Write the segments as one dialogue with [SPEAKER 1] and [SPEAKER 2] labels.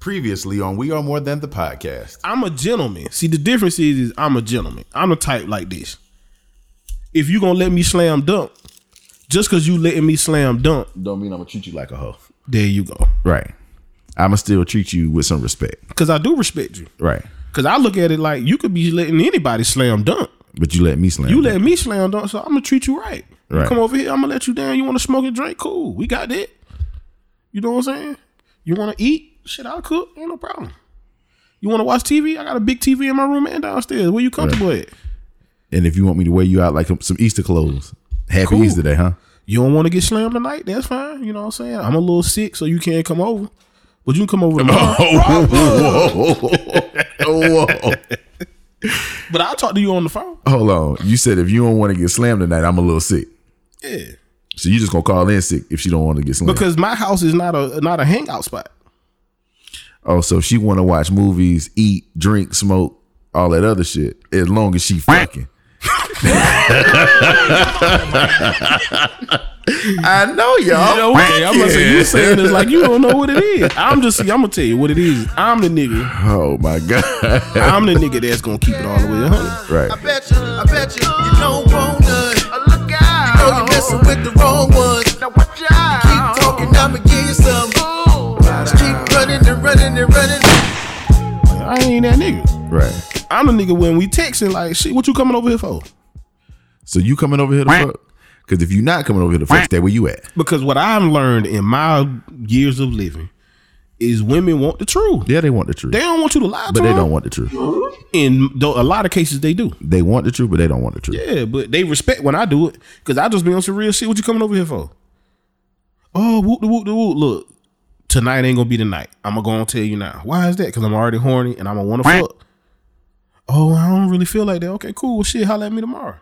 [SPEAKER 1] Previously on We Are More Than the Podcast.
[SPEAKER 2] I'm a gentleman. See, the difference is, is I'm a gentleman. I'm a type like this. If you gonna let me slam dunk, just cause you letting me slam dunk,
[SPEAKER 1] Don't mean I'm gonna treat you like a hoe.
[SPEAKER 2] there you go.
[SPEAKER 1] Right. I'ma still treat you with some respect.
[SPEAKER 2] Cause I do respect you.
[SPEAKER 1] Right.
[SPEAKER 2] Cause I look at it like you could be letting anybody slam dunk.
[SPEAKER 1] But you let me slam.
[SPEAKER 2] You let me slam dunk, so I'm gonna treat you right. You
[SPEAKER 1] Right.
[SPEAKER 2] Come over here, I'm gonna let you down. You wanna smoke and drink? Cool, we got that. You know what I'm saying? You wanna eat? Shit, I'll cook. Ain't no problem. You wanna watch TV? I got a big TV in my room and downstairs. Where you comfortable at?
[SPEAKER 1] And if you want me to wear you out like some Easter clothes, happy
[SPEAKER 2] Cool.
[SPEAKER 1] Easter day, huh?
[SPEAKER 2] You don't wanna get slammed tonight? That's fine. You know what I'm saying? I'm a little sick, so you can't come over. But you can come over tomorrow.
[SPEAKER 1] Oh, whoa, whoa, whoa, whoa.
[SPEAKER 2] But I'll talk to you on the phone.
[SPEAKER 1] Hold on. You said if you don't want to get slammed tonight, I'm a little sick.
[SPEAKER 2] Yeah.
[SPEAKER 1] So you just gonna call in sick if she don't want to get slammed.
[SPEAKER 2] Because my house is not a not a hangout spot.
[SPEAKER 1] oh, so she want to watch movies, eat, drink, smoke, all that other shit, as long as she fucking. I know y'all.
[SPEAKER 2] Okay, I'm gonna say you saying this like you don't know what it is. I'm just I'm gonna tell you what it is. I'm the nigga.
[SPEAKER 1] Oh my god!
[SPEAKER 2] I'm the nigga that's gonna keep it all the way. Honey.
[SPEAKER 1] right.
[SPEAKER 3] I bet you, I bet you, you don't want none.
[SPEAKER 4] Look out.
[SPEAKER 3] Know you messing with the wrong ones.
[SPEAKER 4] Now watch out.
[SPEAKER 3] Keep talking, I'ma give you some. Just keep running and running and running.
[SPEAKER 2] I ain't that nigga.
[SPEAKER 1] Right.
[SPEAKER 2] I'm the nigga when we texting like shit. What you coming over here for?
[SPEAKER 1] So you coming over here to fuck? Because if you not coming over here to fuck, stay where you at.
[SPEAKER 2] Because what I've learned in my years of living is women want the truth.
[SPEAKER 1] Yeah, they want the truth,
[SPEAKER 2] They don't want you to lie to
[SPEAKER 1] but they
[SPEAKER 2] them.
[SPEAKER 1] don't want the truth.
[SPEAKER 2] In though a lot of cases, they do.
[SPEAKER 1] They want the truth, but they don't want the truth.
[SPEAKER 2] Yeah, but they respect when I do it because I just be on some real shit. What you coming over here for? Oh, whoop the whoop the whoop. Look, tonight ain't gonna be the night. I'm gonna go and tell you now. Why is that? Because I'm already horny and I'm gonna want to fuck. Oh, I don't really feel like that. Okay, cool. Well, shit, holla at me tomorrow.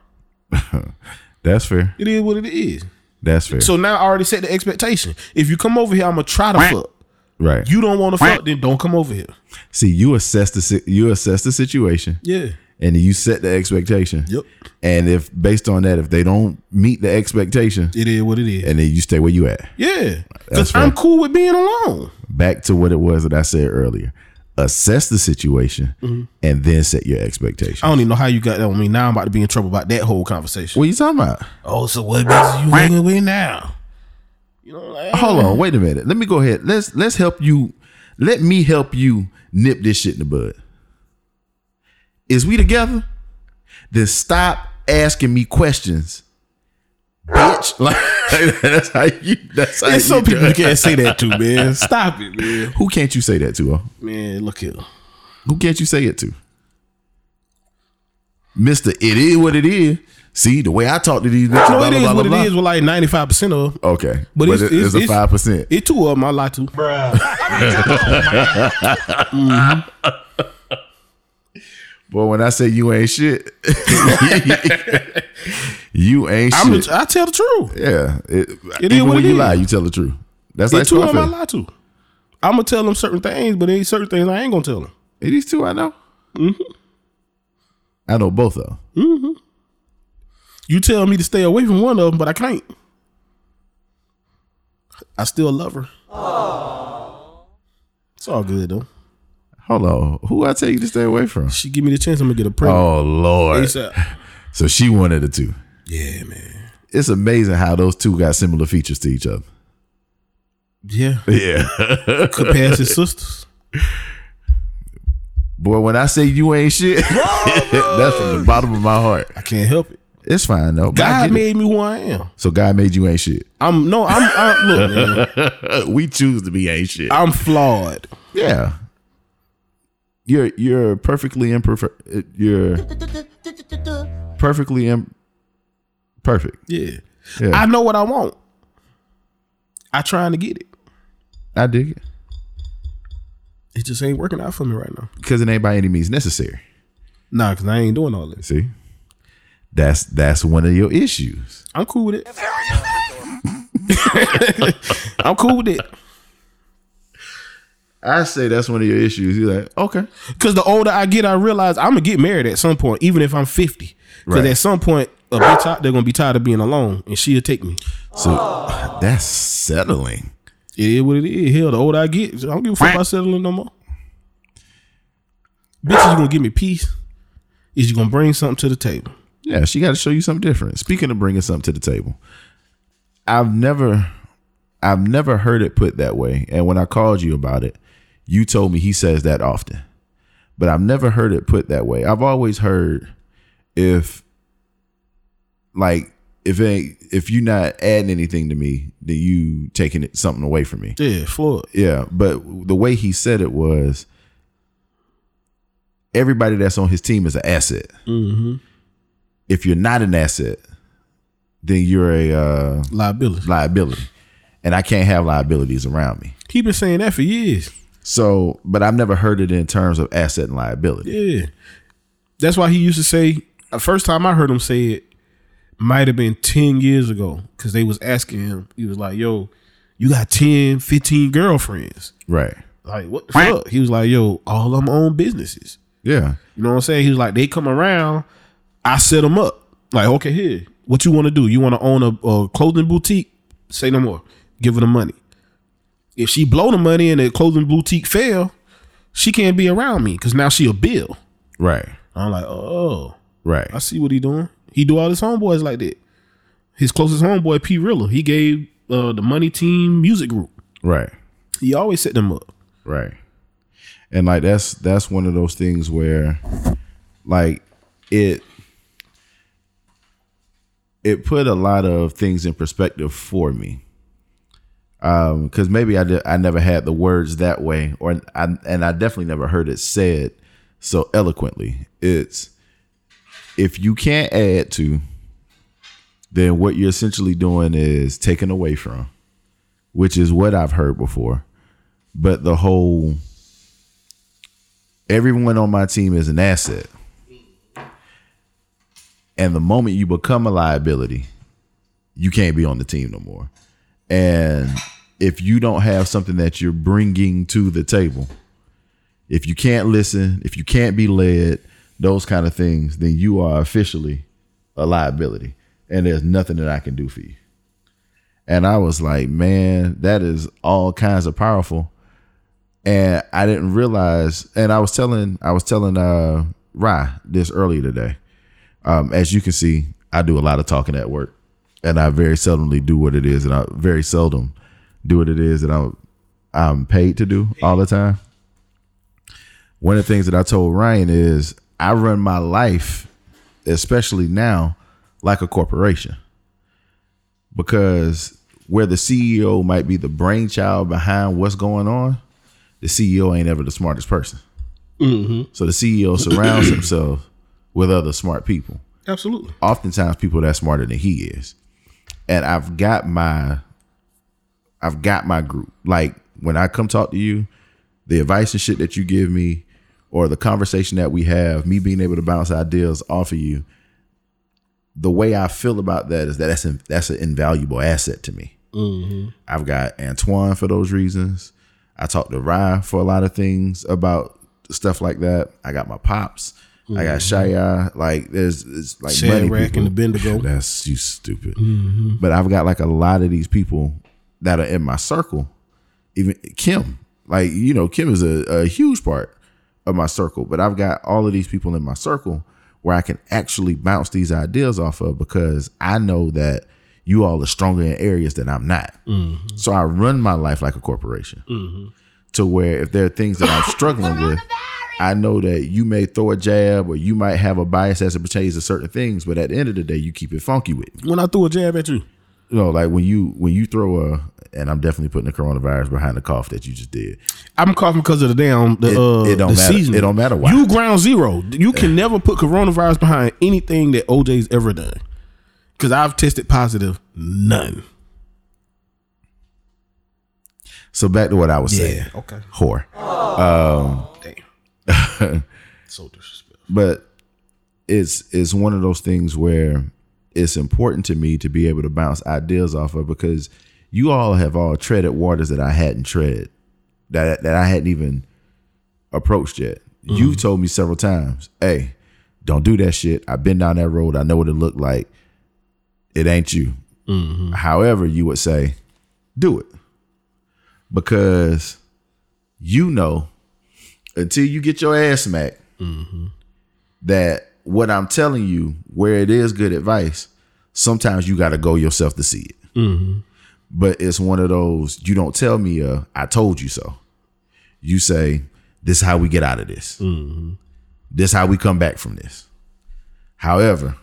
[SPEAKER 1] That's fair.
[SPEAKER 2] It is what it is.
[SPEAKER 1] That's fair.
[SPEAKER 2] So now I already set the expectation. If you come over here, I'm gonna try to fuck.
[SPEAKER 1] right.
[SPEAKER 2] You don't want to fuck, then don't come over here.
[SPEAKER 1] See, you assess the si- you assess the situation,
[SPEAKER 2] Yeah.
[SPEAKER 1] and you set the expectation.
[SPEAKER 2] Yep.
[SPEAKER 1] And if based on that, if they don't meet the expectation,
[SPEAKER 2] It is what it is.
[SPEAKER 1] and then you stay where you at.
[SPEAKER 2] Yeah.
[SPEAKER 1] That's
[SPEAKER 2] Because I'm
[SPEAKER 1] fair.
[SPEAKER 2] cool with being alone.
[SPEAKER 1] Back to what it was that I said earlier. Assess the situation,
[SPEAKER 2] Mm-hmm.
[SPEAKER 1] and then set your expectation.
[SPEAKER 2] I don't even know how you got that on me. Now I'm about to be in trouble about that whole conversation.
[SPEAKER 1] What you talking about?
[SPEAKER 2] Oh, so what bitch you hanging with now? You know, like,
[SPEAKER 1] Hold on, wait a minute. Let me go ahead. Let's let's help you. Let me help you nip this shit in the bud. Is we together? Then stop asking me questions, bitch. Like that's how you. That's how
[SPEAKER 2] There's
[SPEAKER 1] you
[SPEAKER 2] some
[SPEAKER 1] do
[SPEAKER 2] people
[SPEAKER 1] it.
[SPEAKER 2] you can't say that to, man. Stop it, man.
[SPEAKER 1] Who can't you say that to? huh?
[SPEAKER 2] Man, look here.
[SPEAKER 1] Who can't you say it to? Mister, it is what it is. See the way I talk to these. bitches,
[SPEAKER 2] No,
[SPEAKER 1] blah,
[SPEAKER 2] it
[SPEAKER 1] blah,
[SPEAKER 2] is
[SPEAKER 1] blah,
[SPEAKER 2] what
[SPEAKER 1] blah,
[SPEAKER 2] it is
[SPEAKER 1] blah.
[SPEAKER 2] with like 95% of them.
[SPEAKER 1] Okay,
[SPEAKER 2] But
[SPEAKER 1] but
[SPEAKER 2] it's-
[SPEAKER 1] it-
[SPEAKER 2] it's-
[SPEAKER 1] it's a
[SPEAKER 2] it's-
[SPEAKER 1] five percent.
[SPEAKER 2] It two of them I lie to.
[SPEAKER 1] Boy, when I say you ain't shit, you ain't
[SPEAKER 2] I'm
[SPEAKER 1] shit.
[SPEAKER 2] the, I tell the truth.
[SPEAKER 1] yeah, it,
[SPEAKER 2] It is
[SPEAKER 1] even
[SPEAKER 2] what
[SPEAKER 1] when
[SPEAKER 2] it
[SPEAKER 1] you
[SPEAKER 2] is.
[SPEAKER 1] lie, you tell the truth. That's
[SPEAKER 2] It
[SPEAKER 1] like
[SPEAKER 2] two of them I
[SPEAKER 1] Scarface.
[SPEAKER 2] lie to. I'm gonna tell them certain things, but ain't certain things I ain't gonna tell them.
[SPEAKER 1] Hey, These two I know.
[SPEAKER 2] Mm-hmm.
[SPEAKER 1] I know both of them.
[SPEAKER 2] You tell me to stay away from one of them, but I can't. I still love her. It's all good though.
[SPEAKER 1] Hold on, who I tell you to stay away from?
[SPEAKER 2] She give me the chance, I'm gonna get a pregnant.
[SPEAKER 1] Oh Lord!
[SPEAKER 2] ASAP.
[SPEAKER 1] So she wanted the two.
[SPEAKER 2] Yeah, man.
[SPEAKER 1] It's amazing how those two got similar features to each other.
[SPEAKER 2] Yeah.
[SPEAKER 1] Yeah,
[SPEAKER 2] Could pass his sisters.
[SPEAKER 1] boy. When I say you ain't shit, that's from the bottom of my heart.
[SPEAKER 2] I can't help it.
[SPEAKER 1] It's fine though. but I
[SPEAKER 2] God
[SPEAKER 1] get it.
[SPEAKER 2] made me who I am.
[SPEAKER 1] so God made you ain't shit.
[SPEAKER 2] I'm no, I'm, I'm look, man,
[SPEAKER 1] Uh, we choose to be ain't shit.
[SPEAKER 2] I'm flawed.
[SPEAKER 1] Uh, Yeah. You're you're perfectly imperfect. You're perfectly imperfect. perfect.
[SPEAKER 2] Yeah.
[SPEAKER 1] Yeah.
[SPEAKER 2] I know what I want. I trying to get it.
[SPEAKER 1] I dig it
[SPEAKER 2] It just ain't working out for me right now.
[SPEAKER 1] because it ain't by any means necessary.
[SPEAKER 2] Nah, cause I ain't doing all this.
[SPEAKER 1] See, that's that's one of your issues.
[SPEAKER 2] I'm cool with it. I'm cool with it.
[SPEAKER 1] I say that's one of your issues. You're like, okay,
[SPEAKER 2] Cause the older I get, I realize I'm gonna get married at some point, even if I'm 50. Cause
[SPEAKER 1] Right.
[SPEAKER 2] at some point, a bitch out there gonna be tired of being alone, and she'll take me.
[SPEAKER 1] so that's settling.
[SPEAKER 2] It is what it is. Hell, the older I get, I don't give a fuck about settling no more. Bitch, is you gonna give me peace? Is you gonna bring something to the table?
[SPEAKER 1] Yeah, she got to show you something different. Speaking of bringing something to the table, I've never, I've never heard it put that way. And when I called you about it, you told me he says that often, but I've never heard it put that way. I've always heard if, like, if it ain't, if you're not adding anything to me, then you taking it, something away from me.
[SPEAKER 2] Yeah, Floyd.
[SPEAKER 1] Yeah, but the way he said it was everybody that's on his team is an asset. If you're not an asset, then you're a uh,
[SPEAKER 2] Liability.
[SPEAKER 1] liability, and I can't have liabilities around me.
[SPEAKER 2] He been saying that for years.
[SPEAKER 1] So, but I've never heard it in terms of asset and liability.
[SPEAKER 2] Yeah. That's why he used to say, the first time I heard him say it might have been 10 years ago because they was asking him, he was like, yo, you got 10, 15 girlfriends.
[SPEAKER 1] Right.
[SPEAKER 2] Like, what the fuck? He was like, yo, all them own businesses.
[SPEAKER 1] Yeah.
[SPEAKER 2] You know what I'm saying? He was like, they come around, I set them up. Like, okay, here, what you want to do? You want to own a, a clothing boutique? Say no more. Give her the money. If she blow the money and the clothing boutique fail, she can't be around me because now she a bill.
[SPEAKER 1] Right.
[SPEAKER 2] I'm like, oh,
[SPEAKER 1] Right.
[SPEAKER 2] I see what he doing. He do all his homeboys like that. His closest homeboy, P. Rilla, he gave uh, the Money Team Music Group.
[SPEAKER 1] Right.
[SPEAKER 2] He always set them up.
[SPEAKER 1] Right. And like that's that's one of those things where like it it put a lot of things in perspective for me. Um cuz maybe I did, I never had the words that way or I and I definitely never heard it said so eloquently. It's if you can't add to then what you're essentially doing is taking away from, which is what I've heard before but the whole everyone on my team is an asset. And the moment you become a liability, you can't be on the team no more. And if you don't have something that you're bringing to the table, if you can't listen, if you can't be led, those kind of things, then you are officially a liability. And there's nothing that I can do for you. And I was like, man, that is all kinds of powerful. And I didn't realize, and I was telling, I was telling uh Rye this earlier today. Um, as you can see, I do a lot of talking at work. And I very seldomly do what it is, and I very seldom do what it is that I'm I'm paid to do all the time. One of the things that I told Ryan is I run my life, especially now, like a corporation because where the CEO might be the brainchild behind what's going on, the CEO ain't ever the smartest person. So the CEO surrounds himself with other smart people.
[SPEAKER 2] Absolutely.
[SPEAKER 1] Oftentimes, people that's smarter than he is. And I've got my, I've got my group. Like when I come talk to you, the advice and shit that you give me, or the conversation that we have, me being able to bounce ideas off of you, the way I feel about that is that that's an, that's an invaluable asset to me. I've got Antoine for those reasons. I talked to Rye for a lot of things about stuff like that. I got my pops. I got Shia. Like there's it's like money
[SPEAKER 2] Shadrach
[SPEAKER 1] people.
[SPEAKER 2] and the Bendigo.
[SPEAKER 1] That's you stupid. But I've got like a lot of these people that are in my circle. Even Kim, like you know, Kim is a, a huge part of my circle. But I've got all of these people in my circle where I can actually bounce these ideas off of because I know that you all are stronger in areas that I'm not. So I run my life like a corporation to where if there are things that I'm struggling with, I know that you may throw a jab or you might have a bias as it pertains to certain things, but at the end of the day, you keep it funky with me.
[SPEAKER 2] When I threw a jab at you,
[SPEAKER 1] You know, like when you when you throw a, and I'm definitely putting the coronavirus behind the cough that you just did.
[SPEAKER 2] I'm coughing because of the damn the,
[SPEAKER 1] It-
[SPEAKER 2] uh,
[SPEAKER 1] it don't
[SPEAKER 2] the
[SPEAKER 1] matter-
[SPEAKER 2] season.
[SPEAKER 1] it don't matter why.
[SPEAKER 2] You ground zero. You can never put coronavirus behind anything that OJ's ever done. Because I've tested positive, none.
[SPEAKER 1] So back to what I was saying.
[SPEAKER 2] Okay.
[SPEAKER 1] Whore.
[SPEAKER 2] Damn. so disrespectful.
[SPEAKER 1] but it's it's one of those things where it's important to me to be able to bounce ideas off of because you all have all treaded waters that I hadn't tread that that I hadn't even approached yet. You've told me several times, "Hey, don't do that shit. I've been down that road. I know what it looked like. It ain't you." However, you would say, "Do it." because you know until you get your ass smacked that what I'm telling you, where it is good advice, sometimes you got to go yourself to see it. But it's one of those you don't tell me. Uh, I told you so. You say this is how we get out of this. This how we come back from this. However,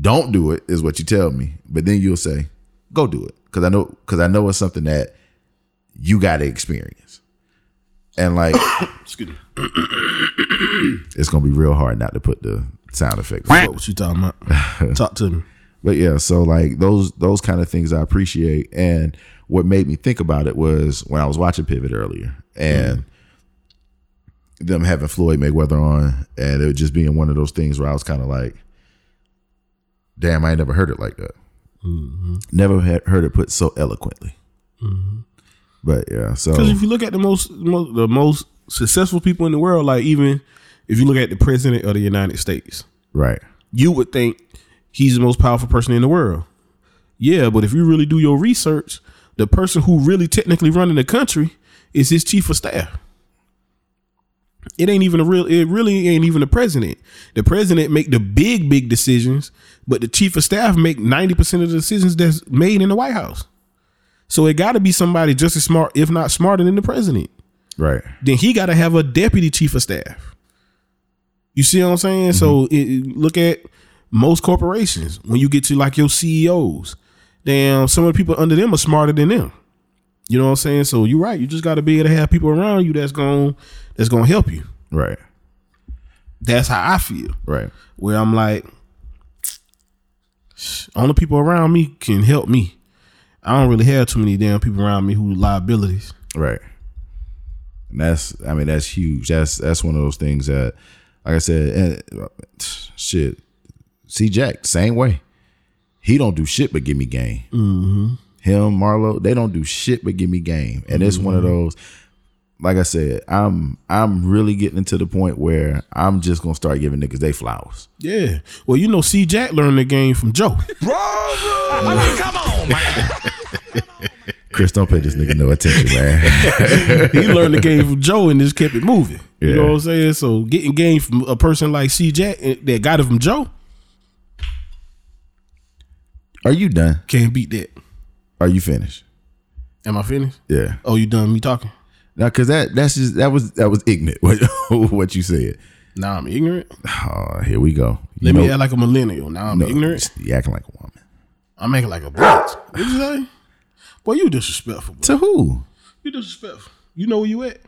[SPEAKER 1] don't do it is what you tell me. But then you'll say, go do it because I know because I know it's something that you got to experience. And like
[SPEAKER 2] Excuse me.
[SPEAKER 1] it's gonna be real hard not to put the sound effect.
[SPEAKER 2] What was you talking about? Talk to me.
[SPEAKER 1] But yeah, so like those those kind of things I appreciate. And what made me think about it was when I was watching Pivot earlier and them having Floyd Mayweather on and it just being one of those things where I was kind of like, damn, I ain't never heard it like that. Never had heard it put so eloquently. But yeah, so
[SPEAKER 2] Because if you look at the most, most the most successful people in the world, like even if you look at the president of the United States,
[SPEAKER 1] right.
[SPEAKER 2] you would think he's the most powerful person in the world. Yeah, but if you really do your research, the person who really technically running the country is his chief of staff. It ain't even a real. It really ain't even the president. The president make the big, big decisions, but the chief of staff make ninety percent of the decisions that's made in the White House. So it got to be somebody just as smart, if not smarter, than the president
[SPEAKER 1] Right.
[SPEAKER 2] then he got to have a deputy chief of staff. You see what I'm saying? So it, it- look at most corporations. When you get to like your CEOs, damn, some of the people under them are smarter than them. You know what I'm saying? So you're right. You just got to be able to have people around you that's going that's going to help you.
[SPEAKER 1] Right.
[SPEAKER 2] That's how I feel.
[SPEAKER 1] Right.
[SPEAKER 2] Where I'm like, only people around me can help me. I don't really have too many damn people around me who liabilities.
[SPEAKER 1] Right. And that's I mean that's huge. That's that's one of those things that like I said and shit. See Jack same way. He don't do shit but give me game. Mm-hmm. Him Marlo they don't do shit but give me game. And it's one of those. Like I said, I'm I'm really getting to the point where I'm just gonna start giving niggas they flowers.
[SPEAKER 2] Yeah. Well, you know, C. Jack learned the game from Joe.
[SPEAKER 1] Chris, don't pay this nigga no attention, man.
[SPEAKER 2] he learned the game from Joe and just kept it moving. You know
[SPEAKER 1] Yeah.
[SPEAKER 2] what I'm saying? So getting game from a person like C Jack eh, that got it from Joe
[SPEAKER 1] Are you done?
[SPEAKER 2] can't beat that.
[SPEAKER 1] Are you finished?
[SPEAKER 2] Am I finished?
[SPEAKER 1] Yeah.
[SPEAKER 2] Oh, you done me talking?
[SPEAKER 1] Now, cause that that's just that was that was ignorant what, what you said.
[SPEAKER 2] Now I'm ignorant.
[SPEAKER 1] Oh, here we go.
[SPEAKER 2] Let
[SPEAKER 1] You
[SPEAKER 2] me
[SPEAKER 1] know-
[SPEAKER 2] act like a millennial. Now I'm
[SPEAKER 1] no,
[SPEAKER 2] ignorant.
[SPEAKER 1] You acting like a woman.
[SPEAKER 2] I'm acting like a bitch. What you say? Boy, you disrespectful. Bro.
[SPEAKER 1] To who?
[SPEAKER 2] You disrespectful. You know where you at?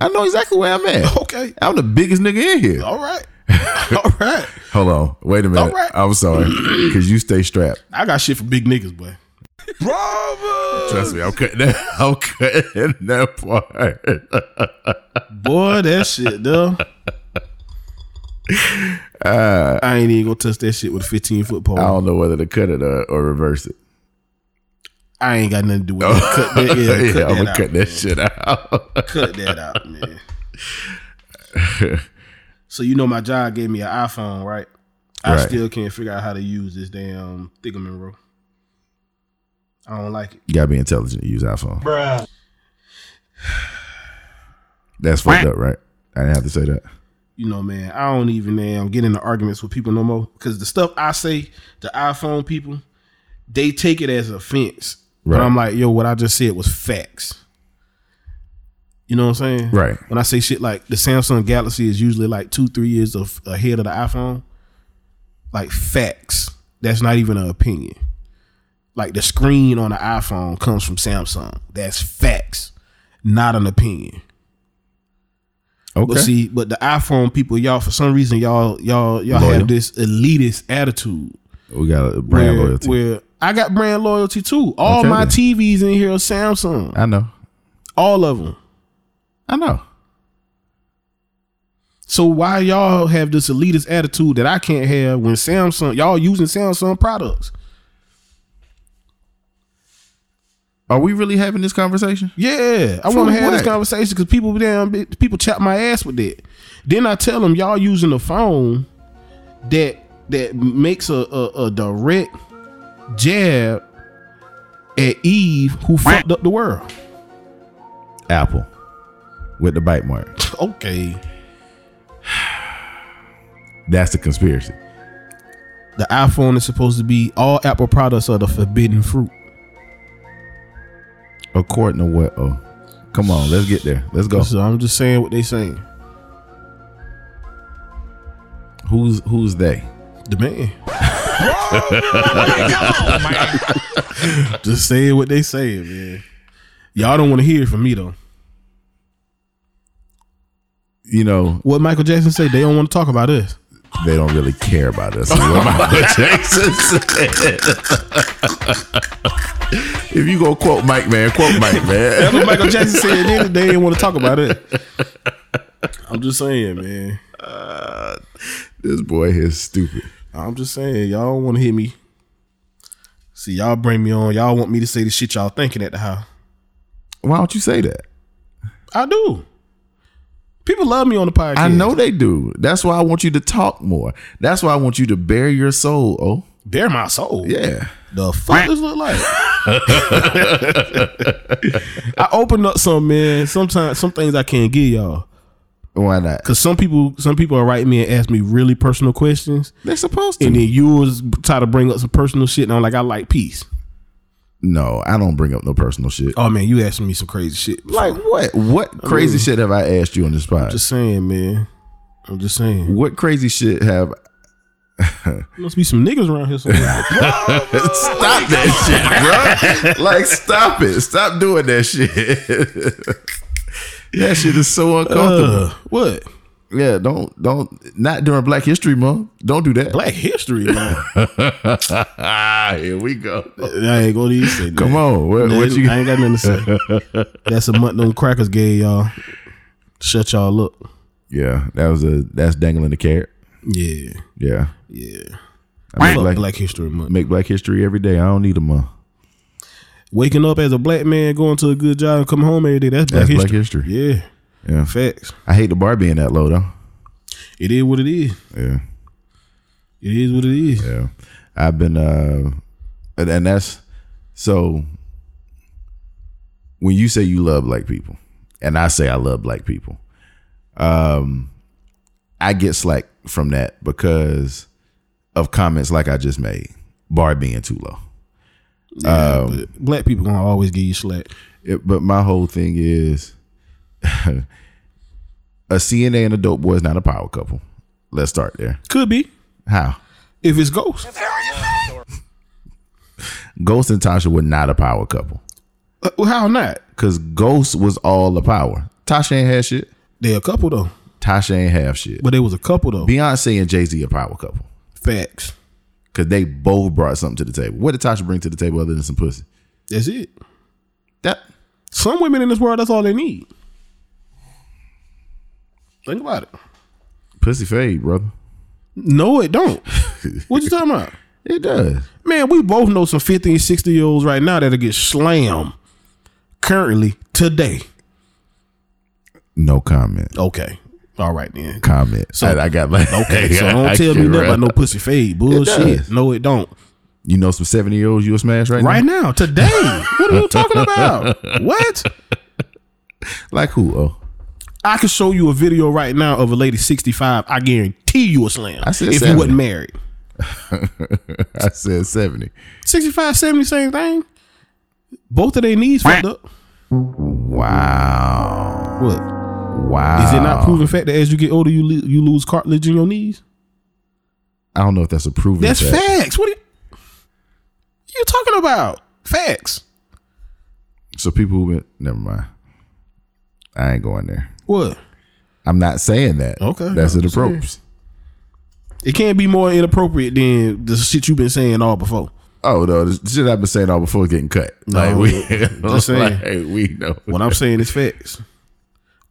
[SPEAKER 1] I know exactly where I'm at.
[SPEAKER 2] Okay.
[SPEAKER 1] I'm the biggest nigga in here.
[SPEAKER 2] All right. All right.
[SPEAKER 1] Hold on. Wait a minute.
[SPEAKER 2] Alright.
[SPEAKER 1] I'm sorry. Cause you stay strapped.
[SPEAKER 2] I got shit for big niggas, boy.
[SPEAKER 1] Trust me, I'm cutting that I'm cutting that part.
[SPEAKER 2] Boy, that shit, though.
[SPEAKER 1] Uh,
[SPEAKER 2] I ain't even gonna touch that shit with a 15 foot pole.
[SPEAKER 1] I don't know whether to cut it or, or reverse it.
[SPEAKER 2] I ain't got nothing to do with it. Cut that, yeah,
[SPEAKER 1] Yeah,
[SPEAKER 2] cut
[SPEAKER 1] I'm
[SPEAKER 2] that
[SPEAKER 1] gonna
[SPEAKER 2] out.
[SPEAKER 1] cut that shit out.
[SPEAKER 2] Cut that out, man. so you know my job gave me an iPhone, right? I
[SPEAKER 1] Right.
[SPEAKER 2] still can't figure out how to use this damn Thigman roll. I don't like it.
[SPEAKER 1] You gotta be intelligent to use iPhone. Bruh. That's fucked up, right? I didn't have to say that.
[SPEAKER 2] You know, man, I don't even damn get into arguments with people no more. Cause the stuff I say, the iPhone people, they take it as offense.
[SPEAKER 1] Right.
[SPEAKER 2] But I'm like, yo, what I just said was facts. You know what I'm saying?
[SPEAKER 1] Right.
[SPEAKER 2] When I say shit like the Samsung Galaxy is usually like two, three years of ahead of the iPhone, like facts. That's not even an opinion. Like the screen on the iPhone comes from Samsung. That's facts, not an opinion.
[SPEAKER 1] Okay.
[SPEAKER 2] But see, but the iPhone people, y'all, for some reason, y'all, y'all, y'all
[SPEAKER 1] Loyal.
[SPEAKER 2] have this elitist attitude
[SPEAKER 1] we got a brand
[SPEAKER 2] where,
[SPEAKER 1] loyalty.
[SPEAKER 2] where I got brand loyalty too. All
[SPEAKER 1] Okay
[SPEAKER 2] my
[SPEAKER 1] then.
[SPEAKER 2] TVs in here are Samsung.
[SPEAKER 1] I know.
[SPEAKER 2] all of them.
[SPEAKER 1] I know.
[SPEAKER 2] So why y'all have this elitist attitude that I can't have when Samsung y'all using Samsung products?
[SPEAKER 1] Are we really having this conversation?
[SPEAKER 2] Yeah, I want to
[SPEAKER 1] For
[SPEAKER 2] have this
[SPEAKER 1] what?
[SPEAKER 2] conversation because people damn bit- people chop my ass with that. Then I tell them y'all using a phone that that makes a, a, a direct jab at Eve who fucked up the world.
[SPEAKER 1] Apple with the bite mark.
[SPEAKER 2] Okay.
[SPEAKER 1] That's the conspiracy.
[SPEAKER 2] The iPhone is supposed to be all Apple products are the forbidden fruit.
[SPEAKER 1] According to what? Oh, come on, let's get there. Let's go.
[SPEAKER 2] So I'm just saying what they saying.
[SPEAKER 1] Who's who's they?
[SPEAKER 2] The man. just saying what they saying, man. Y'all don't want to hear it from me though.
[SPEAKER 1] You know,
[SPEAKER 2] What Michael Jackson say? They don't want to talk about us.
[SPEAKER 1] they don't really care about us. Is what Michael Jackson said. if you go quote Mike, man, quote Mike, man.
[SPEAKER 2] That's what Michael Jackson said. Then they didn't want to talk about it. I'm just saying, man.
[SPEAKER 1] This boy is stupid.
[SPEAKER 2] I'm just saying, y'all don't want to hear me. See, y'all bring me on. Y'all want me to say the shit y'all thinking at the house.
[SPEAKER 1] Why don't you say that?
[SPEAKER 2] I do. People love me on the podcast.
[SPEAKER 1] I know they do. That's why I want you to talk more. That's why I want you to bare your soul. Oh,
[SPEAKER 2] They're my soul.
[SPEAKER 1] yeah.
[SPEAKER 2] The fuck this look like? I opened up some man. Sometimes some things I can't give y'all
[SPEAKER 1] Why not?
[SPEAKER 2] because some people some people are writing me and ask me really personal questions,
[SPEAKER 1] They're supposed
[SPEAKER 2] and
[SPEAKER 1] to.
[SPEAKER 2] then you was try to bring up some personal shit, and I'm like, I like peace.
[SPEAKER 1] No, I don't bring up no personal shit.
[SPEAKER 2] Oh man, you asking me some crazy shit.
[SPEAKER 1] Like what? What crazy shit have I asked you on this podcast?
[SPEAKER 2] just saying, man. I'm just saying.
[SPEAKER 1] what crazy shit have?
[SPEAKER 2] must be some niggas around here somewhere.
[SPEAKER 1] Stop that shit, bro! Like, stop it! Stop doing that shit. that shit is so uncomfortable.
[SPEAKER 2] Uh, what?
[SPEAKER 1] yeah, don't don't not during Black History Month. Don't do that.
[SPEAKER 2] Black history, man.
[SPEAKER 1] ah, here we go.
[SPEAKER 2] I ain't gonna even say that.
[SPEAKER 1] Come on, what, what you?
[SPEAKER 2] I ain't got nothing to say. That's a month them crackers gave y'all. Shut y'all up.
[SPEAKER 1] Yeah, that was a that's dangling the carrot.
[SPEAKER 2] Yeah,
[SPEAKER 1] Yeah,
[SPEAKER 2] yeah.
[SPEAKER 1] I make
[SPEAKER 2] Fuck
[SPEAKER 1] black,
[SPEAKER 2] Black History Month.
[SPEAKER 1] make black history every day. I don't need a month.
[SPEAKER 2] Waking up as a black man, going to a good job, and coming home every day. That's Black
[SPEAKER 1] That's Black
[SPEAKER 2] History.
[SPEAKER 1] History.
[SPEAKER 2] Yeah,
[SPEAKER 1] Yeah,
[SPEAKER 2] facts.
[SPEAKER 1] I hate the bar being that low though.
[SPEAKER 2] It is what it is.
[SPEAKER 1] Yeah.
[SPEAKER 2] It is what it is.
[SPEAKER 1] Yeah. I've been uh and, and that's so when you say you love black people and I say I love black people, um I get slack from that because of comments like I just made, bar being too low.
[SPEAKER 2] But black people gonna always give you slack.
[SPEAKER 1] It- but my whole thing is a CNA and a dope boy is not a power couple. Let's start there.
[SPEAKER 2] Could be
[SPEAKER 1] How?
[SPEAKER 2] if it's ghost.
[SPEAKER 1] Ghost and Tasha were not a power couple.
[SPEAKER 2] Uh, well, how not?
[SPEAKER 1] Cause Ghost was all the power. Tasha ain't had shit.
[SPEAKER 2] They a couple though,
[SPEAKER 1] Tasha ain't have shit.
[SPEAKER 2] but they was a couple though.
[SPEAKER 1] Beyonce and Jay Z a power couple.
[SPEAKER 2] Facts.
[SPEAKER 1] Cause they both brought something to the table. What did Tasha bring to the table other than some pussy?
[SPEAKER 2] That's it.
[SPEAKER 1] That
[SPEAKER 2] Some women in this world, that's all they need. Think about it.
[SPEAKER 1] pussy fade, brother.
[SPEAKER 2] No, it don't. what you talking about?
[SPEAKER 1] It does.
[SPEAKER 2] Man, we both know some 50 and 60 year olds right now that'll get slammed currently today.
[SPEAKER 1] No comment.
[SPEAKER 2] Okay. All right then.
[SPEAKER 1] Comment. I, I got like
[SPEAKER 2] Okay. So don't
[SPEAKER 1] I
[SPEAKER 2] tell me
[SPEAKER 1] can't
[SPEAKER 2] nothing about
[SPEAKER 1] rap.
[SPEAKER 2] no pussy fade. Bullshit.
[SPEAKER 1] does.
[SPEAKER 2] no, it don't.
[SPEAKER 1] You know some seventy year olds you'll smash right,
[SPEAKER 2] Right
[SPEAKER 1] now?
[SPEAKER 2] now, today. what are you talking about? What?
[SPEAKER 1] Like who? Oh.
[SPEAKER 2] I could show you a video right now of a lady 65. I guarantee you a slam.
[SPEAKER 1] I said
[SPEAKER 2] if you
[SPEAKER 1] 70.
[SPEAKER 2] wasn't married.
[SPEAKER 1] I said seventy.
[SPEAKER 2] 65, 70, same thing. Both of their knees fucked up.
[SPEAKER 1] Wow.
[SPEAKER 2] What? Is
[SPEAKER 1] Wow.
[SPEAKER 2] it not proven fact that as you get older, you lo- you lose cartilage in your knees?
[SPEAKER 1] I don't know if that's a proven
[SPEAKER 2] That's
[SPEAKER 1] fact.
[SPEAKER 2] facts. What are you, you talking about? Facts.
[SPEAKER 1] So people who been never mind. I ain't going there.
[SPEAKER 2] What?
[SPEAKER 1] I'm not saying that.
[SPEAKER 2] Okay.
[SPEAKER 1] That's
[SPEAKER 2] I'm
[SPEAKER 1] it
[SPEAKER 2] just
[SPEAKER 1] appropriate.
[SPEAKER 2] It can't be more inappropriate than the shit you've been saying all before.
[SPEAKER 1] Oh no, the shit I've been saying all before getting cut.
[SPEAKER 2] No,
[SPEAKER 1] like we
[SPEAKER 2] just saying.
[SPEAKER 1] like, we know.
[SPEAKER 2] What I'm saying is facts.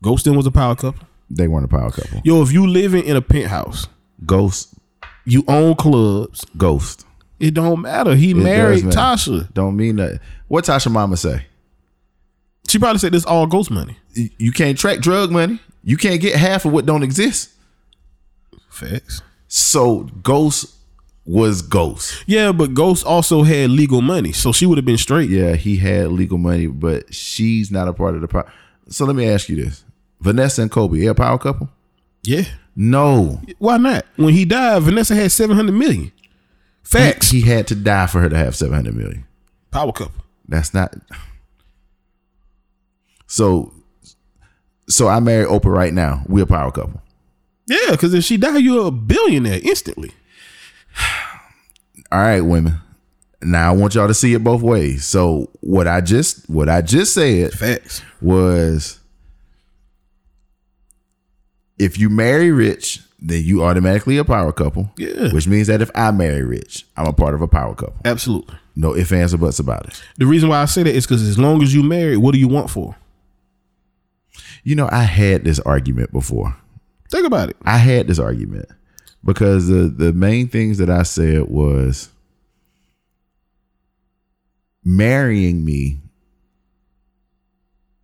[SPEAKER 2] Ghosting was a power couple.
[SPEAKER 1] They weren't a power couple.
[SPEAKER 2] Yo, if you living in a penthouse,
[SPEAKER 1] Ghost
[SPEAKER 2] you own clubs,
[SPEAKER 1] ghost.
[SPEAKER 2] it don't matter. He
[SPEAKER 1] does
[SPEAKER 2] married
[SPEAKER 1] matter.
[SPEAKER 2] Tasha.
[SPEAKER 1] Don't mean that. What Tasha Mama say?
[SPEAKER 2] She probably said this all ghost money.
[SPEAKER 1] Y- You can't track drug money. You can't get half of what don't exist.
[SPEAKER 2] Facts.
[SPEAKER 1] So Ghost was Ghost.
[SPEAKER 2] Yeah, but Ghost also had legal money, so she would have been straight.
[SPEAKER 1] Yeah, he had legal money, but she's not a part of the power. So let me ask you this: Vanessa and Kobe, they a power couple?
[SPEAKER 2] Yeah.
[SPEAKER 1] No,
[SPEAKER 2] Why not? When he died, Vanessa had seven hundred million. Facts.
[SPEAKER 1] he had to die for her to have seven hundred million.
[SPEAKER 2] Power couple.
[SPEAKER 1] That's not. So, so I marry Oprah right now. We're a power couple.
[SPEAKER 2] Yeah, because if she died, you're a billionaire instantly.
[SPEAKER 1] All right, women. Now I want y'all to see it both ways. So what I just what I just said
[SPEAKER 2] Facts.
[SPEAKER 1] was if you marry rich, then you automatically a power couple.
[SPEAKER 2] Yeah.
[SPEAKER 1] Which means that if I marry rich, I'm a part of a power couple.
[SPEAKER 2] Absolutely.
[SPEAKER 1] No ifs, ands, or buts about it.
[SPEAKER 2] The reason why I say that is because as long as you married, what do you want for?
[SPEAKER 1] You know, I had this argument before.
[SPEAKER 2] Think about it.
[SPEAKER 1] I had this argument because the the main things that I said was marrying me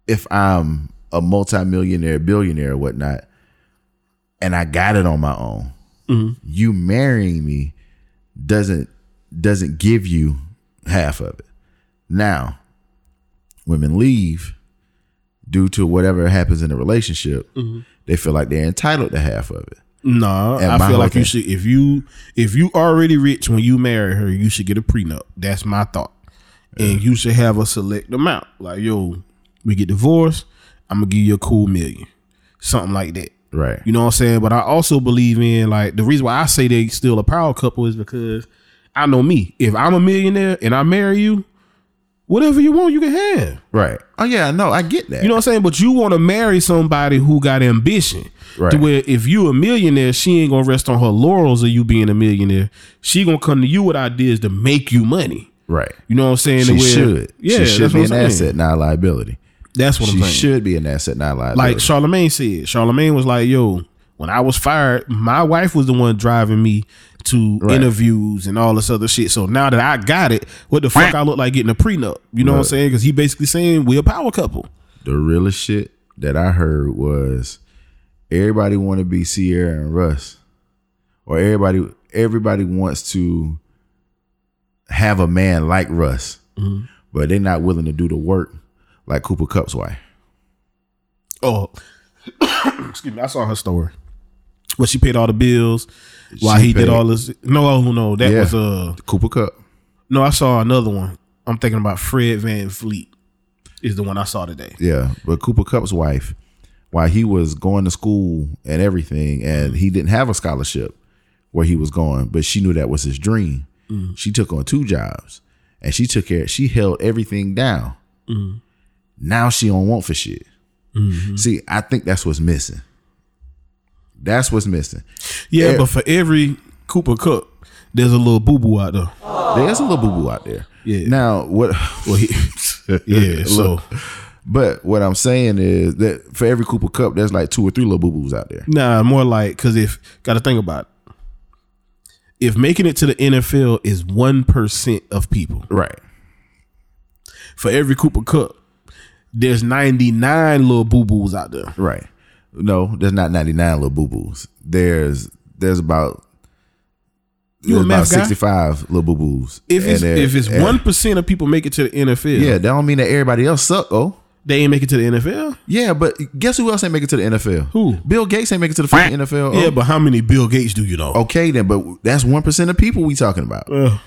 [SPEAKER 1] if I'm a multimillionaire, billionaire, or whatnot, and I got it on my own. You marrying me doesn't doesn't give you half of it. Now, women leave due to whatever happens in the relationship. They feel like they're entitled to half of it.
[SPEAKER 2] No,
[SPEAKER 1] At
[SPEAKER 2] I
[SPEAKER 1] my
[SPEAKER 2] feel like you
[SPEAKER 1] hotel.
[SPEAKER 2] should if you if you already rich when you marry her, you should get a prenup. That's my thought. And you should have a select amount. Like, yo, we get divorced, I'm gonna give you a cool million. Something like that.
[SPEAKER 1] Right.
[SPEAKER 2] You know what I'm saying? But I also believe in like the reason why I say they still a power couple is because I know me. If I'm a millionaire and I marry you, whatever you want, you can have.
[SPEAKER 1] Right. Oh yeah, no, I get that.
[SPEAKER 2] You know what I'm saying? But you want to marry somebody who got ambition.
[SPEAKER 1] Right.
[SPEAKER 2] To where if you a millionaire, she ain't gonna rest on her laurels of you being a millionaire. She gonna come to you with ideas to make you money.
[SPEAKER 1] right.
[SPEAKER 2] You know what I'm saying?
[SPEAKER 1] She
[SPEAKER 2] To where-
[SPEAKER 1] should.
[SPEAKER 2] Yeah,
[SPEAKER 1] she should
[SPEAKER 2] that's
[SPEAKER 1] be
[SPEAKER 2] what I'm
[SPEAKER 1] an
[SPEAKER 2] saying.
[SPEAKER 1] asset, not a liability.
[SPEAKER 2] That's what I'm
[SPEAKER 1] She
[SPEAKER 2] saying.
[SPEAKER 1] should be an asset, not a liability.
[SPEAKER 2] Like Charlemagne said, Charlemagne was like, "Yo, when I was fired, my wife was the one driving me to
[SPEAKER 1] Right.
[SPEAKER 2] interviews and all this other shit. So now that I got it, what the fuck I look like getting a prenup? You know what I'm
[SPEAKER 1] Right.
[SPEAKER 2] saying? Because he basically saying we're a power couple.
[SPEAKER 1] the realest shit that I heard was everybody want to be Sierra and Russ, or everybody everybody wants to have a man like Russ,
[SPEAKER 2] Mm-hmm.
[SPEAKER 1] but they're not willing to do the work like Cooper Cup's wife.
[SPEAKER 2] Oh, excuse me. I saw her story. Where she paid all the bills. While
[SPEAKER 1] She
[SPEAKER 2] he
[SPEAKER 1] paid-
[SPEAKER 2] did all this. No, oh, no, that
[SPEAKER 1] Yeah.
[SPEAKER 2] was uh.
[SPEAKER 1] Cooper Cup.
[SPEAKER 2] No, I saw another one. I'm thinking about Fred Van Fleet. Is the one I saw today.
[SPEAKER 1] Yeah, but Cooper Cup's wife, while he was going to school and everything, and he didn't have a scholarship where he was going, but she knew that was his dream.
[SPEAKER 2] Mm-hmm.
[SPEAKER 1] She took on two jobs, and she took care. She held everything down.
[SPEAKER 2] Mm-hmm.
[SPEAKER 1] Now she don't want for shit. See, I think that's what's missing. That's what's missing.
[SPEAKER 2] Yeah,
[SPEAKER 1] Yeah.
[SPEAKER 2] but for every Cooper Cup, there's a little boo boo out there.
[SPEAKER 1] There's a little boo boo out there.
[SPEAKER 2] Yeah.
[SPEAKER 1] Now what?
[SPEAKER 2] Well, he, yeah. so
[SPEAKER 1] but what I'm saying is that for every Cooper Cup, there's like two or three little boo boos out there.
[SPEAKER 2] nah, more like because if got to think about it. if making it to the NFL is one percent of people
[SPEAKER 1] Right.
[SPEAKER 2] for every Cooper Cup, there's ninety nine little boo boos out there.
[SPEAKER 1] Right. No, there's not 99 little boo boos. There's there's about
[SPEAKER 2] You a
[SPEAKER 1] there's about
[SPEAKER 2] math guy?
[SPEAKER 1] 65 little boo boos.
[SPEAKER 2] If it's
[SPEAKER 1] And they're-
[SPEAKER 2] if it's
[SPEAKER 1] and-
[SPEAKER 2] one percent of people make it to the NFL,
[SPEAKER 1] yeah, that don't mean that everybody else suck. Oh,
[SPEAKER 2] they ain't make it to the NFL.
[SPEAKER 1] yeah, but guess who else ain't making it to the NFL?
[SPEAKER 2] Who?
[SPEAKER 1] Bill Gates ain't making it to the fucking NFL.
[SPEAKER 2] Yeah,
[SPEAKER 1] oh.
[SPEAKER 2] but how many Bill Gates do you know?
[SPEAKER 1] okay then, but that's one percent of people we talking about.
[SPEAKER 2] Ugh.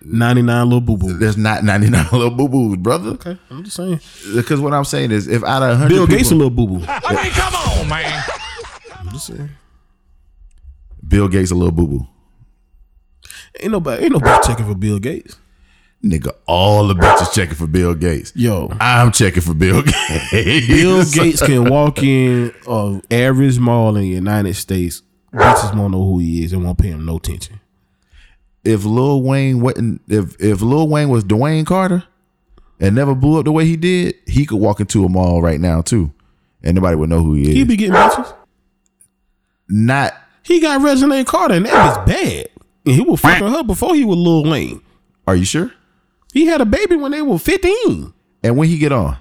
[SPEAKER 2] ninety nine little boo boos.
[SPEAKER 1] There's not 99 little boo boos, brother.
[SPEAKER 2] Okay, I'm just saying.
[SPEAKER 1] Because what I'm saying is, if out of 100
[SPEAKER 2] Bill
[SPEAKER 1] people,
[SPEAKER 2] Gates a little boo boo.
[SPEAKER 5] I mean, come on, man.
[SPEAKER 1] Bill Gates a little boo boo,
[SPEAKER 2] Ain't nobody ain't nobody checking for Bill Gates.
[SPEAKER 1] nigga, all the bitches checking for Bill Gates.
[SPEAKER 2] Yo,
[SPEAKER 1] I'm checking for Bill Gates.
[SPEAKER 2] Bill Gates can walk in of average mall in the United States. Bitches won't know who he is and won't pay him no attention.
[SPEAKER 1] if Lil Wayne wasn't if if Lil Wayne was Dwayne Carter and never blew up the way he did, he could walk into a mall right now too, and nobody would know who he is.
[SPEAKER 2] He be getting bitches.
[SPEAKER 1] Not
[SPEAKER 2] He got Regina Carter, and that bitch bad. And he was fucking her before he was Lil Wayne.
[SPEAKER 1] are you sure?
[SPEAKER 2] He had a baby when they were 15.
[SPEAKER 1] And when he get on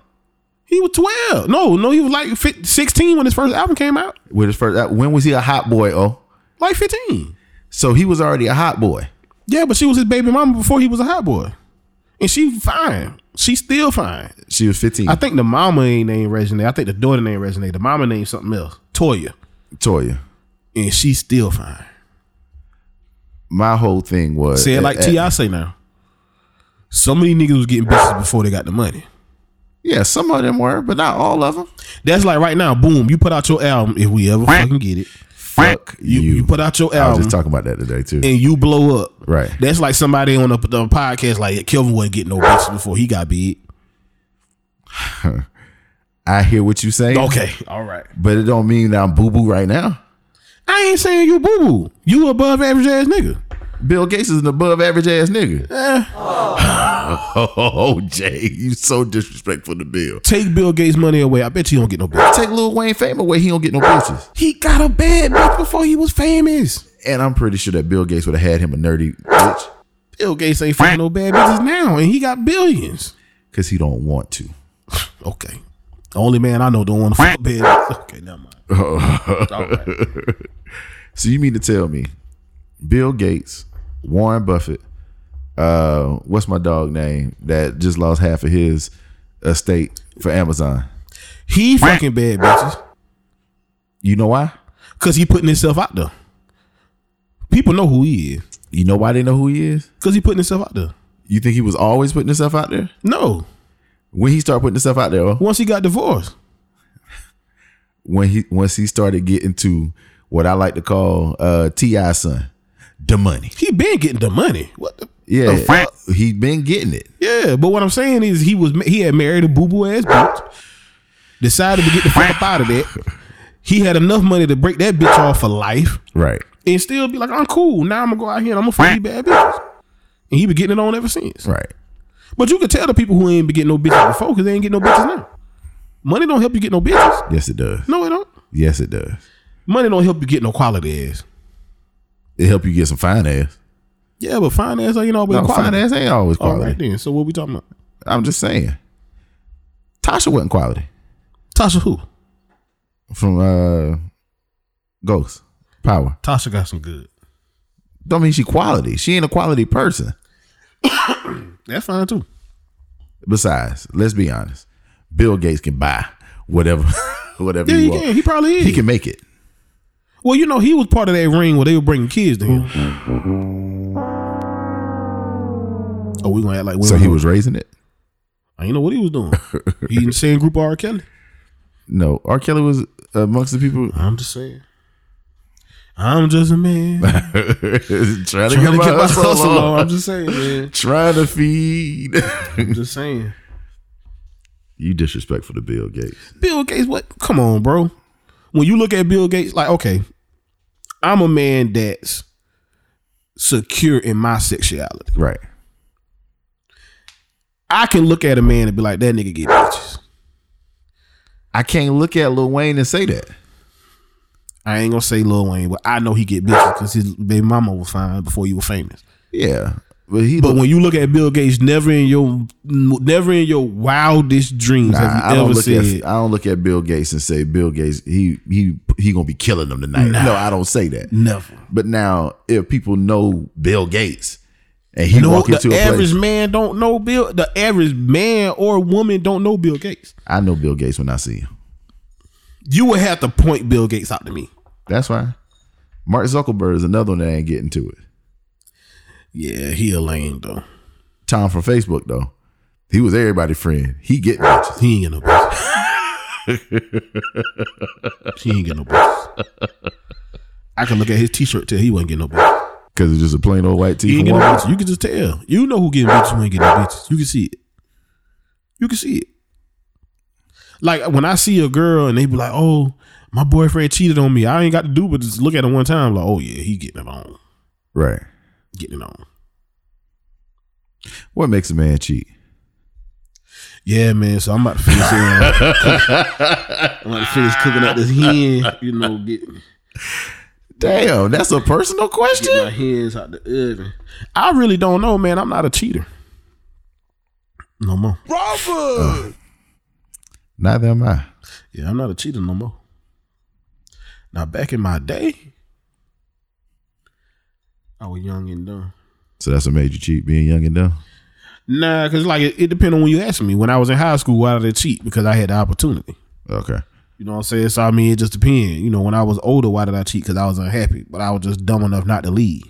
[SPEAKER 2] He was 12. No, no, he was like fif- 16 when his first album came out.
[SPEAKER 1] with his first, uh, when was he a hot boy? Oh,
[SPEAKER 2] Like 15.
[SPEAKER 1] so he was already a hot boy.
[SPEAKER 2] Yeah, but she was his baby mama before he was a hot boy, and she fine. She's still fine.
[SPEAKER 1] She was 15.
[SPEAKER 2] I think the mama ain't named Regine. I think the daughter named Regine. The mama named something else, Toya,
[SPEAKER 1] Toya.
[SPEAKER 2] and she's still fine.
[SPEAKER 1] My whole thing was
[SPEAKER 2] Say it
[SPEAKER 1] at-
[SPEAKER 2] like
[SPEAKER 1] at-
[SPEAKER 2] Ti say now. Some of these niggas was getting bitches before they got the money.
[SPEAKER 1] Yeah, some of them were, but not all of them.
[SPEAKER 2] That's like right now, boom, you put out your album if we ever fucking get it.
[SPEAKER 1] Fuck
[SPEAKER 2] You, you, put out your
[SPEAKER 1] I was
[SPEAKER 2] album
[SPEAKER 1] just talking about that today too.
[SPEAKER 2] Um, and you blow up.
[SPEAKER 1] Right.
[SPEAKER 2] That's like somebody on a, the podcast like Kelvin wasn't getting no bitches before he got big.
[SPEAKER 1] I hear what you saying.
[SPEAKER 2] Okay. All right.
[SPEAKER 1] But it don't mean that I'm boo boo right now.
[SPEAKER 2] I ain't saying you boo boo. You above average ass nigga.
[SPEAKER 1] Bill Gates is an above average ass nigga.
[SPEAKER 2] Eh,
[SPEAKER 1] Oh, Jay, you so disrespectful to Bill.
[SPEAKER 2] take Bill Gates money away. I bet you don't get no bitches.
[SPEAKER 1] Take Lil Wayne fame away, he don't get no bitches.
[SPEAKER 2] He got a bad bitch before he was famous.
[SPEAKER 1] And I'm pretty sure that Bill Gates would have had him a nerdy bitch
[SPEAKER 2] Bill Gates ain't fucking no bad bitches now, and he got billions.
[SPEAKER 1] because he don't want to.
[SPEAKER 2] Okay. The only man I know don't want to fuck bad. bitches. Okay, never mind. All right.
[SPEAKER 1] So you mean to tell me, Bill Gates, Warren Buffett, uh, what's my dog name that just lost half of his estate for Amazon?
[SPEAKER 2] He fucking bad bitches
[SPEAKER 1] You know why?
[SPEAKER 2] because he putting himself out there. People know who he is
[SPEAKER 1] You know why they know who he is?
[SPEAKER 2] because he putting himself out there.
[SPEAKER 1] You think he was always putting himself out there?
[SPEAKER 2] No,
[SPEAKER 1] When he started putting himself out there,
[SPEAKER 2] once he got divorced,
[SPEAKER 1] when he once he started getting to what I like to call uh Ti son, the money.
[SPEAKER 2] he been getting the money. What? The,
[SPEAKER 1] Yeah,
[SPEAKER 2] The fuck?
[SPEAKER 1] he been getting it.
[SPEAKER 2] yeah, but what I'm saying is he was ma- he had married a boo boo ass bitch, decided to get the fuck up out of that. He had enough money to break that bitch off for life
[SPEAKER 1] Right.
[SPEAKER 2] and still be like, I'm cool. Now I'm gonna go out here and I'm gonna fuck these bad bitches. And he been getting it on ever since.
[SPEAKER 1] Right.
[SPEAKER 2] But you could tell the people who ain't been getting no bitches before because they ain't getting no bitches now. Money don't help you get no bitches.
[SPEAKER 1] Yes, it does.
[SPEAKER 2] No, it don't.
[SPEAKER 1] Yes, it does.
[SPEAKER 2] Money don't help you get no quality ass.
[SPEAKER 1] It help you get some fine ass.
[SPEAKER 2] Yeah, but fine ass ain't always
[SPEAKER 1] No,
[SPEAKER 2] quality.
[SPEAKER 1] fine ass ain't always
[SPEAKER 2] All
[SPEAKER 1] quality.
[SPEAKER 2] right then. So what we talking about?
[SPEAKER 1] I'm just saying. Tasha wasn't quality
[SPEAKER 2] Tasha who?
[SPEAKER 1] from uh Ghost Power.
[SPEAKER 2] Tasha got some good.
[SPEAKER 1] Don't mean she quality. She ain't a quality person.
[SPEAKER 2] That's fine too.
[SPEAKER 1] Besides, let's be honest. Bill Gates can buy whatever whatever
[SPEAKER 2] Yeah,
[SPEAKER 1] he,
[SPEAKER 2] he
[SPEAKER 1] wants.
[SPEAKER 2] can. He probably is.
[SPEAKER 1] He can make it.
[SPEAKER 2] Well, you know, he was part of that ring where they were bringing kids to him. Oh, we gonna act like we
[SPEAKER 1] So
[SPEAKER 2] don't
[SPEAKER 1] he
[SPEAKER 2] know.
[SPEAKER 1] was raising it?
[SPEAKER 2] I ain't know what he was doing. he in the same group R. Kelly.
[SPEAKER 1] No. R. Kelly was amongst the people
[SPEAKER 2] I'm just saying. I'm just a man.
[SPEAKER 1] trying to
[SPEAKER 2] Trying
[SPEAKER 1] get
[SPEAKER 2] to
[SPEAKER 1] my
[SPEAKER 2] get my
[SPEAKER 1] hustle
[SPEAKER 2] hustle
[SPEAKER 1] on.
[SPEAKER 2] on. I'm just saying, man.
[SPEAKER 1] Trying to feed.
[SPEAKER 2] I'm just saying.
[SPEAKER 1] you disrespectful to Bill Gates.
[SPEAKER 2] Bill Gates, what? Come on, bro. When you look at Bill Gates, like, okay, I'm a man that's secure in my sexuality.
[SPEAKER 1] Right.
[SPEAKER 2] I can look at a man and be like, that nigga get bitches.
[SPEAKER 1] I can't look at Lil Wayne and say that.
[SPEAKER 2] I ain't gonna say Lil Wayne, but I know he get bitches because his baby mama was fine before you were famous.
[SPEAKER 1] Yeah. But he
[SPEAKER 2] But when you look at Bill Gates, never in your never in your wildest dreams
[SPEAKER 1] I,
[SPEAKER 2] have
[SPEAKER 1] I
[SPEAKER 2] you
[SPEAKER 1] don't
[SPEAKER 2] ever
[SPEAKER 1] look
[SPEAKER 2] said
[SPEAKER 1] at I don't look at Bill Gates and say Bill Gates he he he gonna be killing them tonight. No, I don't say that.
[SPEAKER 2] never.
[SPEAKER 1] But now if people know Bill Gates and he
[SPEAKER 2] No,
[SPEAKER 1] walk
[SPEAKER 2] the
[SPEAKER 1] into a
[SPEAKER 2] average
[SPEAKER 1] place,
[SPEAKER 2] man don't know Bill. The average man or woman don't know Bill Gates.
[SPEAKER 1] I know Bill Gates when I see him.
[SPEAKER 2] You would have to point Bill Gates out to me.
[SPEAKER 1] That's fine. Mark Zuckerberg is another one that ain't getting to it.
[SPEAKER 2] Yeah, he a lame though.
[SPEAKER 1] Tom from Facebook though, he was everybody's friend. He get bitches.
[SPEAKER 2] He ain't get no bitches. he ain't get no bitches. I can look at his T-shirt tell he wasn't getting no bitches.
[SPEAKER 1] Cause it's just a plain old white
[SPEAKER 2] He
[SPEAKER 1] tee
[SPEAKER 2] ain't
[SPEAKER 1] from
[SPEAKER 2] getting no
[SPEAKER 1] Walmart.
[SPEAKER 2] bitches. You can just tell. You know who getting bitches, who ain't getting no bitches. You can see it. You can see it. Like when I see a girl and they be like, "Oh, my boyfriend cheated on me." I ain't got to do but just look at him one time. Like, "Oh yeah, he getting it on,
[SPEAKER 1] Right.
[SPEAKER 2] getting it on."
[SPEAKER 1] What makes a man cheat?
[SPEAKER 2] Yeah, man. So I'm about to finish. Uh, cook- I'm about to finish cooking up this hen. You know, get
[SPEAKER 1] Damn, that's a personal
[SPEAKER 2] get
[SPEAKER 1] question.
[SPEAKER 2] my hands out the oven. I really don't know, man. I'm not a cheater. No more.
[SPEAKER 1] Neither am I.
[SPEAKER 2] Yeah, I'm not a cheater no more. Now, back in my day, I was young and dumb.
[SPEAKER 1] So that's what made you cheat being young and dumb.
[SPEAKER 2] Nah, because like it, it depends on when you ask me. When I was in high school, why did I cheat? Because I had the opportunity.
[SPEAKER 1] Okay.
[SPEAKER 2] You know what I'm saying? So I mean, it just depends. You know, when I was older, why did I cheat? Because I was unhappy, but I was just dumb enough not to leave.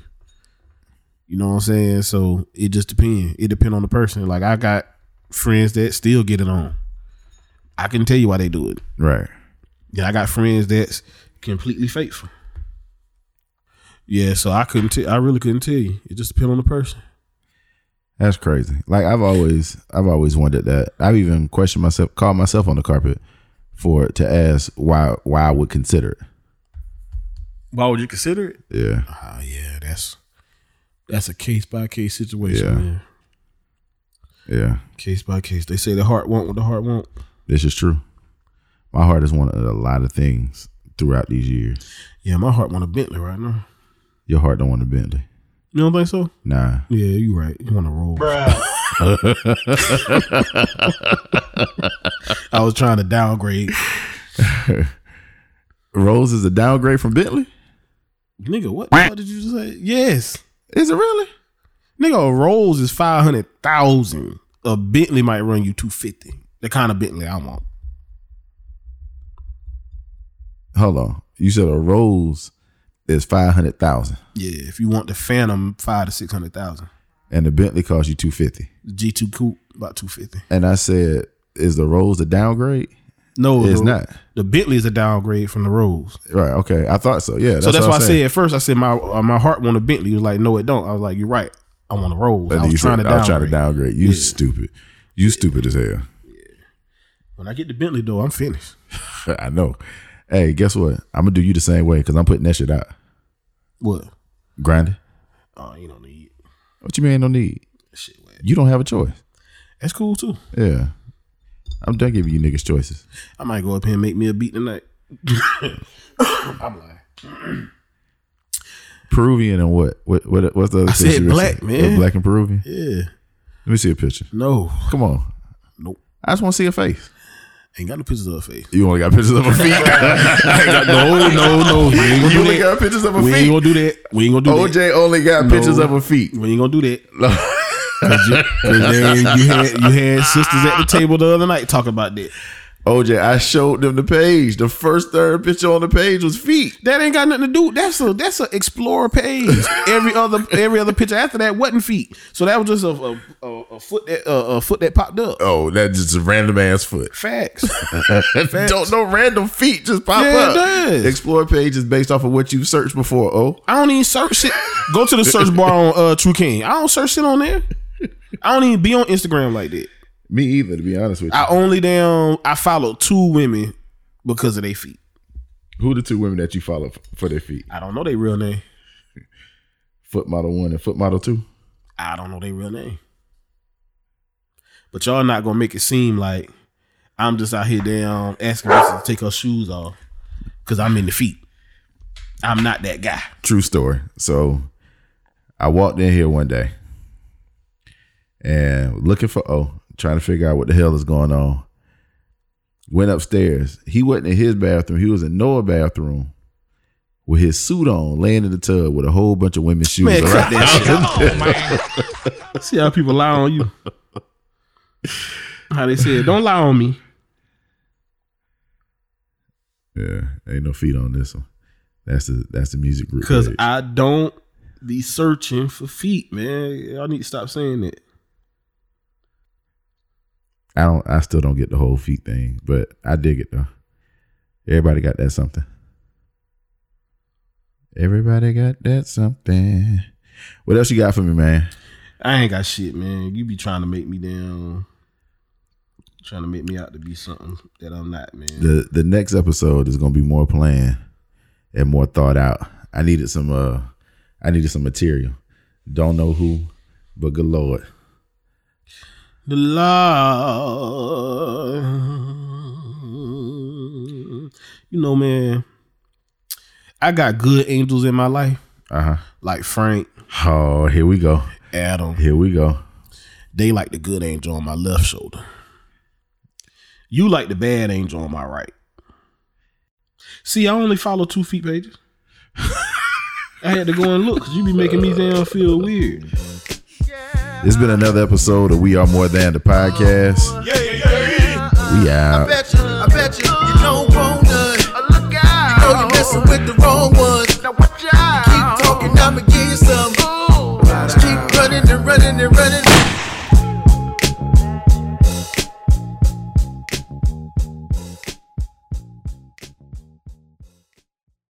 [SPEAKER 2] You know what I'm saying? So it just depends. It depends on the person. Like I got friends that still get it on. I can tell you why they do it.
[SPEAKER 1] Right.
[SPEAKER 2] Yeah, I got friends that's completely faithful. Yeah, so I couldn't. T- I really couldn't tell you. It just depends on the person.
[SPEAKER 1] That's crazy. Like I've always I've always wondered that. I've even questioned myself, called myself on the carpet for to ask why why I would consider it.
[SPEAKER 2] Why would you consider it?
[SPEAKER 1] Yeah.
[SPEAKER 2] Oh yeah, that's that's a case by case situation.
[SPEAKER 1] Yeah.
[SPEAKER 2] Man.
[SPEAKER 1] Yeah.
[SPEAKER 2] Case by case. They say the heart won't what the heart won't.
[SPEAKER 1] This is true. My heart has wanted a lot of things throughout these years.
[SPEAKER 2] Yeah, my heart want a Bentley right now.
[SPEAKER 1] Your heart don't want a Bentley.
[SPEAKER 2] You don't think so?
[SPEAKER 1] Nah.
[SPEAKER 2] Yeah, you right. You want to roll. I was trying to downgrade.
[SPEAKER 1] Rose is a downgrade from Bentley?
[SPEAKER 2] Nigga, what the fuck did you just say? Yes.
[SPEAKER 1] Is it really?
[SPEAKER 2] Nigga, a Rolls is 500,000. A Bentley might run you 250. The kind of Bentley I want.
[SPEAKER 1] Hold on. You said a Rose is five hundred thousand
[SPEAKER 2] Yeah, if you want the Phantom, 5 to 600,000.
[SPEAKER 1] and the Bentley costs you two fifty.
[SPEAKER 2] The G2 Coupe, about 250.
[SPEAKER 1] And I said, is the Rose a downgrade?
[SPEAKER 2] No,
[SPEAKER 1] It's
[SPEAKER 2] the,
[SPEAKER 1] not.
[SPEAKER 2] The Bentley is a downgrade from the Rolls.
[SPEAKER 1] Right. Okay. I thought so. Yeah. That's
[SPEAKER 2] so that's
[SPEAKER 1] what
[SPEAKER 2] why I
[SPEAKER 1] I'm
[SPEAKER 2] said at first, I said my uh, my heart want a Bentley. He was like, no, it don't. I was like, you're right. I want a Rolls.
[SPEAKER 1] And
[SPEAKER 2] I
[SPEAKER 1] you
[SPEAKER 2] was trying
[SPEAKER 1] said,
[SPEAKER 2] to
[SPEAKER 1] I
[SPEAKER 2] downgrade.
[SPEAKER 1] was trying to downgrade. You stupid. You stupid as hell.
[SPEAKER 2] When I get the Bentley, though, I'm finished.
[SPEAKER 1] I know. Hey, guess what? I'm gonna do you the same way because I'm putting that shit out.
[SPEAKER 2] What?
[SPEAKER 1] Grinding.
[SPEAKER 2] Oh, you don't need it.
[SPEAKER 1] What you mean don't need?
[SPEAKER 2] Shit, man.
[SPEAKER 1] You don't have a choice.
[SPEAKER 2] That's cool, too.
[SPEAKER 1] Yeah. I'm done giving you niggas choices.
[SPEAKER 2] I might go up here and make me a beat tonight. I'm lying.
[SPEAKER 1] Peruvian and what? What? what what's the other? I
[SPEAKER 2] said black, man.
[SPEAKER 1] Black and Peruvian.
[SPEAKER 2] Yeah.
[SPEAKER 1] Let me see a picture.
[SPEAKER 2] No.
[SPEAKER 1] Come on.
[SPEAKER 2] Nope.
[SPEAKER 1] I just want to see a face.
[SPEAKER 2] Ain't got no pictures of her face.
[SPEAKER 1] You only got pictures of her feet.
[SPEAKER 2] No, no, no. We ain't
[SPEAKER 1] you
[SPEAKER 2] gonna
[SPEAKER 1] only
[SPEAKER 2] do that.
[SPEAKER 1] got pictures of her
[SPEAKER 2] We ain't
[SPEAKER 1] feet.
[SPEAKER 2] gonna do that. We ain't gonna do that.
[SPEAKER 1] OJ only got pictures of her feet.
[SPEAKER 2] We ain't gonna do that. Cause you, 'cause then you had you had sisters at the table the other night talking about that.
[SPEAKER 1] OJ, I showed them the page. The first third picture on the page was feet.
[SPEAKER 2] That ain't got nothing to do. That's a that's a explorer page. Every other every other picture after that wasn't feet. So that was just a a, a, a foot that a, a foot that popped up.
[SPEAKER 1] Oh, that's just a random ass foot.
[SPEAKER 2] Facts.
[SPEAKER 1] Don't know random feet just pop
[SPEAKER 2] Yeah, it
[SPEAKER 1] up.
[SPEAKER 2] does.
[SPEAKER 1] Explore page is based off of what you searched before. Oh,
[SPEAKER 2] I don't even search shit. Go to the search bar on uh, True King. I don't search shit on there. I don't even be on Instagram like that.
[SPEAKER 1] me either. To be honest with you,
[SPEAKER 2] I only damn I follow two women because of their feet.
[SPEAKER 1] who the two women that you follow f- for their feet?
[SPEAKER 2] I don't know their real name.
[SPEAKER 1] Foot model one and foot model two.
[SPEAKER 2] I don't know their real name. But y'all not gonna make it seem like I'm just out here damn asking her to take her shoes off because I'm in the feet. I'm not that guy.
[SPEAKER 1] True story. So, I walked in here one day and looking for O, trying to figure out what the hell is going on. Went upstairs. He wasn't in his bathroom. He was in Noah's bathroom with his suit on, laying in the tub with a whole bunch of women's shoes.
[SPEAKER 2] Man, cut
[SPEAKER 1] around.
[SPEAKER 2] that shit. See how people lie on you. How they said, don't lie on me.
[SPEAKER 1] Yeah, ain't no feet on this one. That's the that's the music group.
[SPEAKER 2] Cause
[SPEAKER 1] page.
[SPEAKER 2] I don't be searching for feet, man. Y'all need to stop saying that.
[SPEAKER 1] I don't I still don't get the whole feet thing, but I dig it though. Everybody got that something. Everybody got that something. What else you got for me, man?
[SPEAKER 2] I ain't got shit, man. You be trying to make me down, trying to make me out to be something that I'm not, man.
[SPEAKER 1] The the next episode is gonna be more planned and more thought out. I needed some uh I needed some material. Don't know who, but good lord.
[SPEAKER 2] The Lord. You know, man, I got good angels in my life,
[SPEAKER 1] Uh-huh.
[SPEAKER 2] like Frank,
[SPEAKER 1] Oh, here we go.
[SPEAKER 2] Adam.
[SPEAKER 1] Here we go.
[SPEAKER 2] They like the good angel on my left shoulder. You like the bad angel on my right. See, I only follow two feet pages. I had to go and look because you be making me damn feel weird.
[SPEAKER 1] It's been another episode of We Are More Than the Podcast.
[SPEAKER 5] Yeah, yeah, yeah.
[SPEAKER 1] We out.
[SPEAKER 3] bet you, I bet you, you don't want none.
[SPEAKER 4] Look
[SPEAKER 3] Know you
[SPEAKER 4] out.
[SPEAKER 3] messing with the wrong ones.
[SPEAKER 4] Now watch out.
[SPEAKER 3] Keep talking, I'ma give you some. Just keep running and running and running.